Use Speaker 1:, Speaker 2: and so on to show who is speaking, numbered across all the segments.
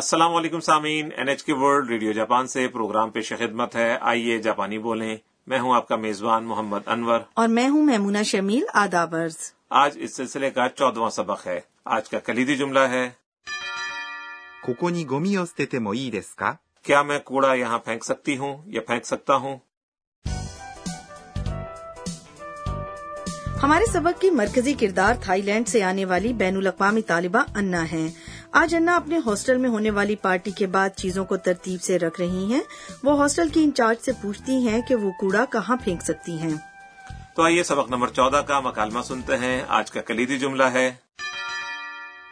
Speaker 1: السلام علیکم سامعین N H K World Radio Japan سے پروگرام پیش خدمت ہے آئیے جاپانی بولیں میں ہوں آپ کا میزبان محمد انور
Speaker 2: اور میں ہوں میمونہ شمیل آدابرز
Speaker 1: آج اس سلسلے کا چودواں سبق ہے آج کا کلیدی جملہ ہے
Speaker 3: ここにゴミを捨ててもいいですか
Speaker 1: کیا میں کوڑا یہاں پھینک سکتی ہوں یا پھینک سکتا ہوں
Speaker 2: ہمارے سبق کی مرکزی کردار تھائی لینڈ سے آنے والی بین الاقوامی طالبہ انا ہیں آج انا اپنے ہاسٹل میں ہونے والی پارٹی کے بعد چیزوں کو ترتیب سے رکھ رہی ہیں وہ ہاسٹل کی انچارج سے پوچھتی ہیں کہ وہ کوڑا کہاں پھینک سکتی ہیں
Speaker 1: تو آئیے سبق نمبر چودہ کا مکالمہ سنتے ہیں آج کا کلیدی جملہ ہے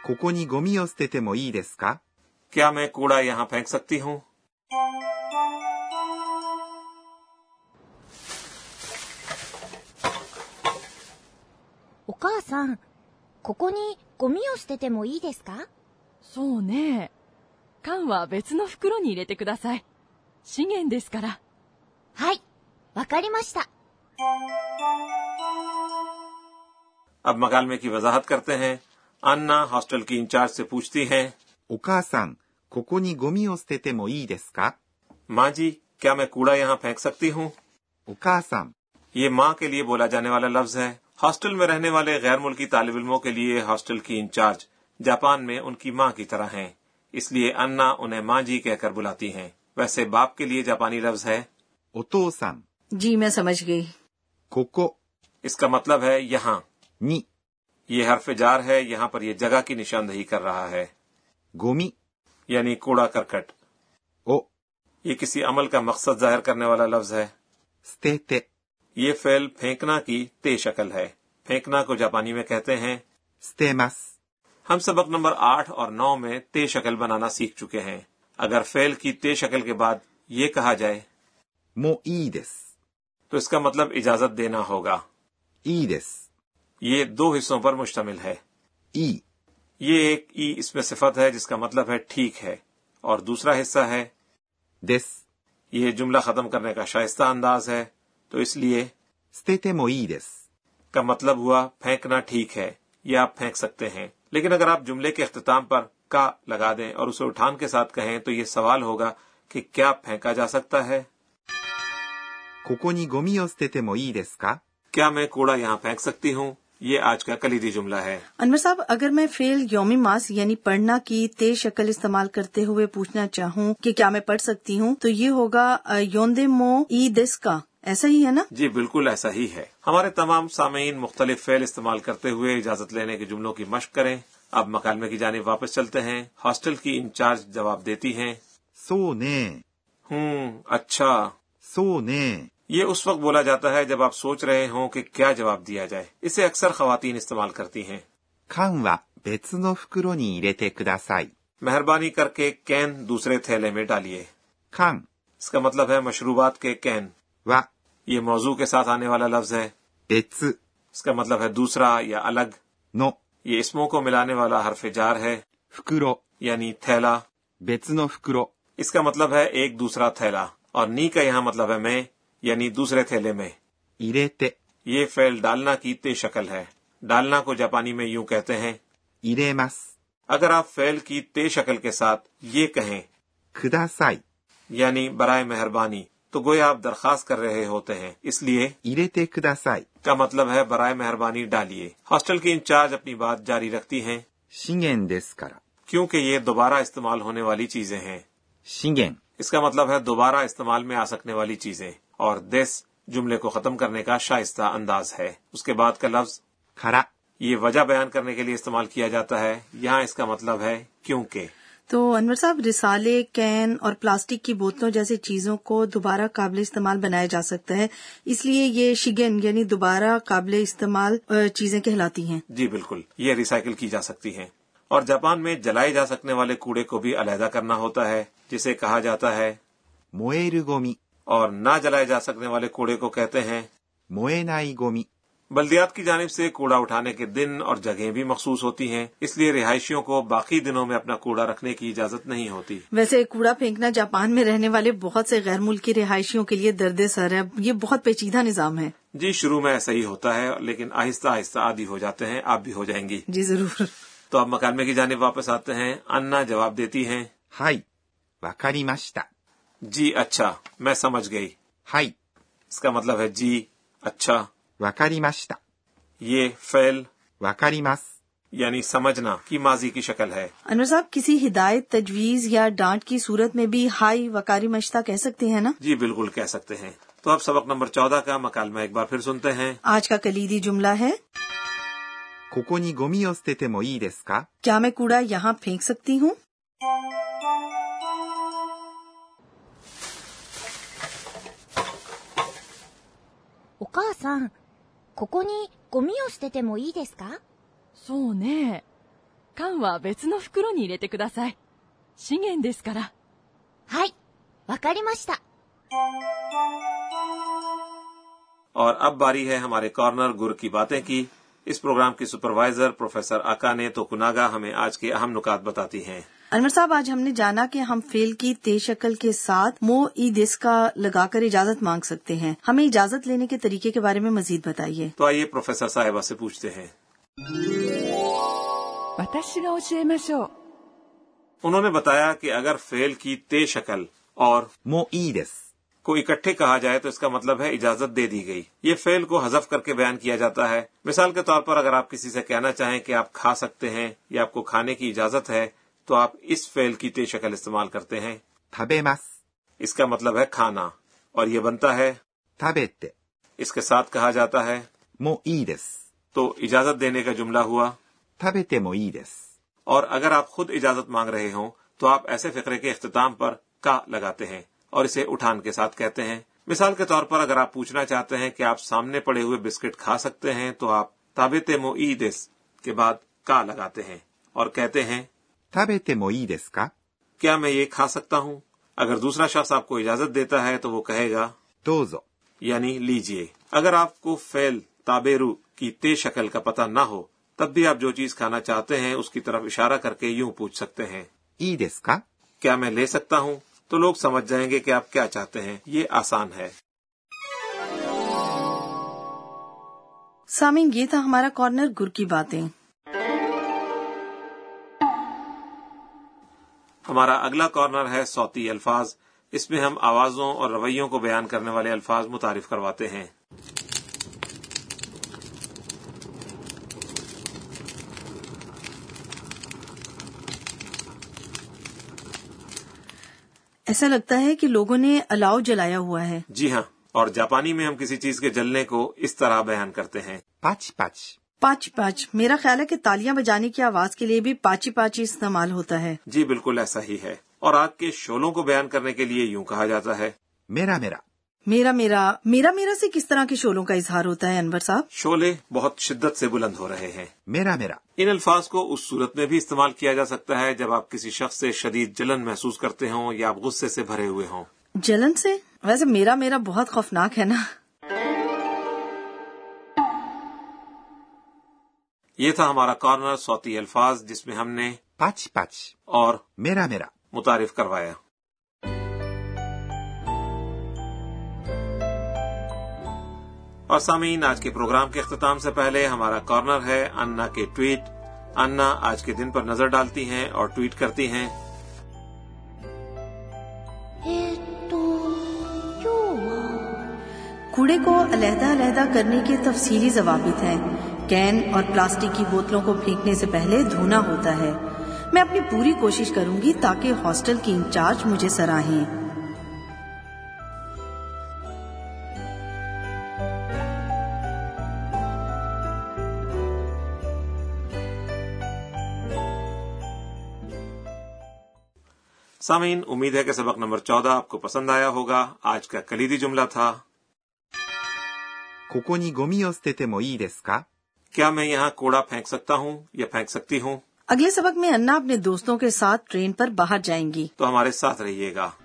Speaker 3: ここにゴミを捨ててもいいですか
Speaker 1: کیا میں کوڑا یہاں پھینک سکتی ہوں
Speaker 4: お母さん、ここにゴミを捨ててもいいですか
Speaker 5: そうね。缶は別の袋に入れてください。資源ですから。
Speaker 4: はい、わかりました。
Speaker 1: اب مکالمے کی وضاحت کرتے ہیں انا ہاسٹل کی انچارج سے پوچھتی ہیں
Speaker 3: お母さん、ここにゴミを捨ててもいいですか
Speaker 1: ماں جی کیا میں کوڑا یہاں پھینک سکتی ہوں
Speaker 3: お母さん、
Speaker 1: یہ ماں کے لیے بولا جانے والا لفظ ہے ہاسٹل میں رہنے والے غیر ملکی طالب علموں کے لیے ہاسٹل کی انچارج جاپان میں ان کی ماں کی طرح ہیں اس لیے انا انہیں ماں جی کہہ کر بلاتی ہیں ویسے باپ کے لیے جاپانی لفظ ہے
Speaker 3: お父さん、
Speaker 2: جی میں سمجھ گئی
Speaker 3: ここ
Speaker 1: اس کا مطلب ہے یہاں
Speaker 3: に
Speaker 1: یہ حرف جار ہے یہاں پر یہ جگہ کی نشاندہی کر رہا ہے
Speaker 3: ゴミ
Speaker 1: یعنی کوڑا کرکٹ
Speaker 3: を
Speaker 1: یہ کسی عمل کا مقصد ظاہر کرنے والا لفظ ہے
Speaker 3: 捨てて、
Speaker 1: یہ فعل پھینکنا کی تے شکل ہے پھینکنا کو جاپانی میں کہتے ہیں
Speaker 3: 捨てます。
Speaker 1: ہم سبق نمبر آٹھ اور نو میں تے شکل بنانا سیکھ چکے ہیں اگر فعل کی تے شکل کے بعد یہ کہا جائے
Speaker 3: もういいです。
Speaker 1: تو اس کا مطلب اجازت دینا ہوگا
Speaker 3: いいです。
Speaker 1: یہ دو حصوں پر مشتمل ہے
Speaker 3: いい。
Speaker 1: یہ ایک ای اس میں صفت ہے جس کا مطلب ہے ٹھیک ہے اور دوسرا حصہ ہے
Speaker 3: です。
Speaker 1: یہ جملہ ختم کرنے کا شائستہ انداز ہے تو اس لیے
Speaker 3: 捨ててもいいです。
Speaker 1: کا مطلب ہوا پھینکنا ٹھیک ہے یا آپ پھینک سکتے ہیں لیکن اگر آپ جملے کے اختتام پر کا لگا دیں اور اسے اٹھان کے ساتھ کہیں تو یہ سوال ہوگا کہ کیا پھینکا جا سکتا ہے
Speaker 3: ここにゴミを捨ててもいいですか
Speaker 1: کیا میں کوڑا یہاں پھینک سکتی ہوں یہ آج کا کلیدی جملہ ہے
Speaker 2: انور صاحب اگر میں فیل یوم ماس یعنی پڑھنا کی تیز شکل استعمال کرتے ہوئے پوچھنا چاہوں کہ کیا میں پڑھ سکتی ہوں تو یہ ہوگا یون مو ای دس کا ایسا ہی ہے نا
Speaker 1: جی بالکل ایسا ہی ہے ہمارے تمام سامعین مختلف فعل استعمال کرتے ہوئے اجازت لینے کے جملوں کی مشق کریں اب مکالمے کی جانب واپس چلتے ہیں ہاسٹل کی انچارج جواب دیتی ہیں
Speaker 3: そうねえ。
Speaker 1: ہوں اچھا
Speaker 3: そうねえ。
Speaker 1: یہ اس وقت بولا جاتا ہے جب آپ سوچ رہے ہوں کہ کیا جواب دیا جائے اسے اکثر خواتین استعمال کرتی ہیں
Speaker 3: 缶は別の袋に入れてください。
Speaker 1: مہربانی کر کے کین دوسرے تھیلے میں ڈالیے
Speaker 3: 缶
Speaker 1: اس کا مطلب ہے مشروبات کے کین
Speaker 3: は
Speaker 1: یہ موضوع کے ساتھ آنے والا لفظ ہے
Speaker 3: 別
Speaker 1: اس کا مطلب ہے دوسرا یا الگ
Speaker 3: の
Speaker 1: یہ اسموں کو ملانے والا حرف جار ہے
Speaker 3: 袋、
Speaker 1: یعنی تھیلا
Speaker 3: 別の袋
Speaker 1: اس کا مطلب ہے ایک دوسرا تھیلا اور نی کا یہاں مطلب ہے میں یعنی دوسرے تھیلے میں
Speaker 3: 入れて、
Speaker 1: یہ فعل ڈالنا کی تے شکل ہے ڈالنا کو جاپانی میں یوں کہتے ہیں
Speaker 3: 入れます。
Speaker 1: اگر آپ فعل کی تے شکل کے ساتھ یہ کہیں
Speaker 3: ください。
Speaker 1: یعنی برائے مہربانی تو گویا آپ درخواست کر رہے ہوتے ہیں اس لیے
Speaker 3: 入れてください。
Speaker 1: کا مطلب ہے برائے مہربانی ڈالیے ہاسٹل کی انچارج اپنی بات جاری رکھتی ہیں
Speaker 3: 資源ですから。
Speaker 1: کیونکہ یہ دوبارہ استعمال ہونے والی چیزیں ہیں
Speaker 3: 資源、
Speaker 1: اس کا مطلب ہے دوبارہ استعمال میں آ سکنے والی چیزیں اور دس جملے کو ختم کرنے کا شائستہ انداز ہے اس کے بعد کا لفظ
Speaker 3: から、
Speaker 1: یہ وجہ بیان کرنے کے لیے استعمال کیا جاتا ہے یہاں اس کا مطلب ہے کیونکہ
Speaker 2: تو انور صاحب رسالے کین اور پلاسٹک کی بوتلوں جیسی چیزوں کو دوبارہ قابل استعمال بنایا جا سکتا ہے اس لیے یہ شگن یعنی دوبارہ قابل استعمال آ، چیزیں کہلاتی ہیں
Speaker 1: جی بالکل یہ ریسائیکل کی جا سکتی ہیں اور جاپان میں جلائے جا سکنے والے کوڑے کو بھی علیحدہ کرنا ہوتا ہے جسے کہا جاتا ہے
Speaker 3: 燃えるゴミ、
Speaker 1: اور نہ جلائے جا سکنے والے کوڑے کو کہتے ہیں
Speaker 3: 燃えないゴミ、
Speaker 1: بلدیات کی جانب سے کوڑا اٹھانے کے دن اور جگہیں بھی مخصوص ہوتی ہیں اس لیے رہائشیوں کو باقی دنوں میں اپنا کوڑا رکھنے کی اجازت نہیں ہوتی
Speaker 2: ویسے کوڑا پھینکنا جاپان میں رہنے والے بہت سے غیر ملکی رہائشیوں کے لیے درد سر ہے یہ بہت پیچیدہ نظام ہے
Speaker 1: جی شروع میں ایسا ہی ہوتا ہے لیکن آہستہ آہستہ عادی ہو جاتے ہیں آپ بھی ہو جائیں گی
Speaker 2: جی ضرور
Speaker 1: تو آپ مکالمے کی جانب واپس آتے ہیں انا جواب دیتی ہیں
Speaker 3: はい。わかりました。
Speaker 1: جی اچھا میں سمجھ گئی
Speaker 3: はい。
Speaker 1: اس کا مطلب ہے جی اچھا
Speaker 3: わかりました。
Speaker 1: یہ فعل
Speaker 3: わかります。
Speaker 1: یعنی سمجھنا کی ماضی کی شکل ہے
Speaker 2: انور صاحب کسی ہدایت تجویز یا ڈانٹ کی صورت میں بھی ہائی وکاری مشتہ کہہ سکتے ہیں نا
Speaker 1: جی بالکل کہہ سکتے ہیں تو اب سبق نمبر چودہ کا مکالمہ ایک بار پھر سنتے ہیں
Speaker 2: آج کا کلیدی جملہ ہے
Speaker 3: ここにゴミを捨ててもいいですか
Speaker 2: کیا میں کوڑا یہاں پھینک سکتی ہوں
Speaker 4: お母さん、ここにゴミを捨ててもいいですか
Speaker 5: そうね。缶は別の袋に入れてください。資源ですから。
Speaker 4: はい、わかりました。
Speaker 1: اور اب باری ہے ہمارے کارنر گر کی باتیں کی اس پروگرام کی سپروائزر پروفیسر آکا نے تو کناگا ہمیں آج کے اہم نکات بتاتی ہیں
Speaker 2: انور صاحب آج ہم نے جانا کہ ہم فیل کی تے شکل کے ساتھ مو ای دس کا لگا کر اجازت مانگ سکتے ہیں ہمیں اجازت لینے کے طریقے کے بارے میں مزید بتائیے
Speaker 1: تو آئیے پروفیسر صاحبہ سے پوچھتے ہیں
Speaker 5: 私が教えましょう。
Speaker 1: انہوں نے بتایا کہ اگر فیل کی تے شکل اور
Speaker 3: もういいです。
Speaker 1: کو اکٹھے کہا جائے تو اس کا مطلب ہے اجازت دے دی گئی یہ فعل کو حذف کر کے بیان کیا جاتا ہے مثال کے طور پر اگر آپ کسی سے کہنا چاہیں کہ آپ کھا سکتے ہیں یا آپ کو کھانے کی اجازت ہے تو آپ اس فعل کی تے شکل استعمال کرتے ہیں
Speaker 3: 食べます。
Speaker 1: اس کا مطلب ہے کھانا اور یہ بنتا ہے
Speaker 3: 食べて。
Speaker 1: اس کے ساتھ کہا جاتا ہے
Speaker 3: もういいです。
Speaker 1: تو اجازت دینے کا جملہ ہوا
Speaker 3: 食べてもいいです。
Speaker 1: اور اگر آپ خود اجازت مانگ رہے ہوں تو آپ ایسے فقرے کے اختتام پر کا لگاتے ہیں اور اسے اٹھان کے ساتھ کہتے ہیں مثال کے طور پر اگر آپ پوچھنا چاہتے ہیں کہ آپ سامنے پڑے ہوئے بسکٹ کھا سکتے ہیں تو آپ تابت مو دس کے بعد کا لگاتے ہیں اور کہتے ہیں
Speaker 3: 食べてもいいですか
Speaker 1: کیا میں یہ کھا سکتا ہوں اگر دوسرا شخص آپ کو اجازت دیتا ہے تو وہ کہے گا
Speaker 3: どうぞ。
Speaker 1: یعنی لیجئے اگر آپ کو فعل تابیرو کی تے شکل کا پتہ نہ ہو تب بھی آپ جو چیز کھانا چاہتے ہیں اس کی طرف اشارہ کر کے یوں پوچھ سکتے ہیں
Speaker 3: いいですか
Speaker 1: کیا میں لے سکتا ہوں تو لوگ سمجھ جائیں گے کہ آپ کیا چاہتے ہیں یہ آسان ہے
Speaker 2: سامعین یہ تھا ہمارا کارنر گر کی باتیں
Speaker 1: ہمارا اگلا کارنر ہے صوتی الفاظ اس میں ہم آوازوں اور رویوں کو بیان کرنے والے الفاظ متعارف کرواتے ہیں
Speaker 2: ایسا لگتا ہے کہ لوگوں نے الاؤ جلایا ہوا ہے
Speaker 1: جی ہاں اور جاپانی میں ہم کسی چیز کے جلنے کو اس طرح بیان کرتے ہیں
Speaker 3: パチパチ。
Speaker 2: پاچی پاچ میرا خیال ہے کہ تالیاں بجانے کی آواز کے لیے بھی پاچی پاچی استعمال ہوتا ہے
Speaker 1: جی بالکل ایسا ہی ہے اور آگ کے شولوں کو بیان کرنے کے لیے یوں کہا جاتا ہے
Speaker 3: メラメラ。
Speaker 2: میرا میرا میرا میرا سے کس طرح کے شولوں کا اظہار ہوتا ہے انور صاحب
Speaker 1: شولے بہت شدت سے بلند ہو رہے ہیں
Speaker 3: メラメラ。
Speaker 1: ان الفاظ کو اس صورت میں بھی استعمال کیا جا سکتا ہے جب آپ کسی شخص سے شدید جلن محسوس کرتے ہوں یا آپ غصے سے بھرے ہوئے ہوں
Speaker 2: جلن سے ویسے میرا میرا بہت خوفناک ہے نا
Speaker 1: یہ تھا ہمارا کارنر صوتی الفاظ جس میں ہم نے
Speaker 3: パチパチ。
Speaker 1: اور
Speaker 3: メラメラ。
Speaker 1: متعارف کروایا اور سامعین آج کے پروگرام کے اختتام سے پہلے ہمارا کارنر ہے انا کے ٹویٹ انا آج کے دن پر نظر ڈالتی ہیں اور ٹویٹ کرتی ہیں
Speaker 4: えーっと、今日は、
Speaker 2: کوڑے کو علیحدہ علیحدہ کرنے کے تفصیلی ضوابط ہیں کین اور پلاسٹک کی بوتلوں کو پھینکنے سے پہلے دھونا ہوتا ہے میں اپنی پوری کوشش کروں گی تاکہ ہاسٹل کی انچارج مجھے سراہیں
Speaker 1: سامعین امید ہے کہ سبق نمبر چودہ آپ کو پسند آیا ہوگا آج کا کلیدی جملہ تھا
Speaker 3: ここにゴミを捨ててもいいですか
Speaker 1: کیا میں یہاں کوڑا پھینک سکتا ہوں یا پھینک سکتی ہوں
Speaker 2: اگلے سبق میں انا اپنے دوستوں کے ساتھ ٹرین پر باہر جائیں گی
Speaker 1: تو ہمارے ساتھ رہیے گا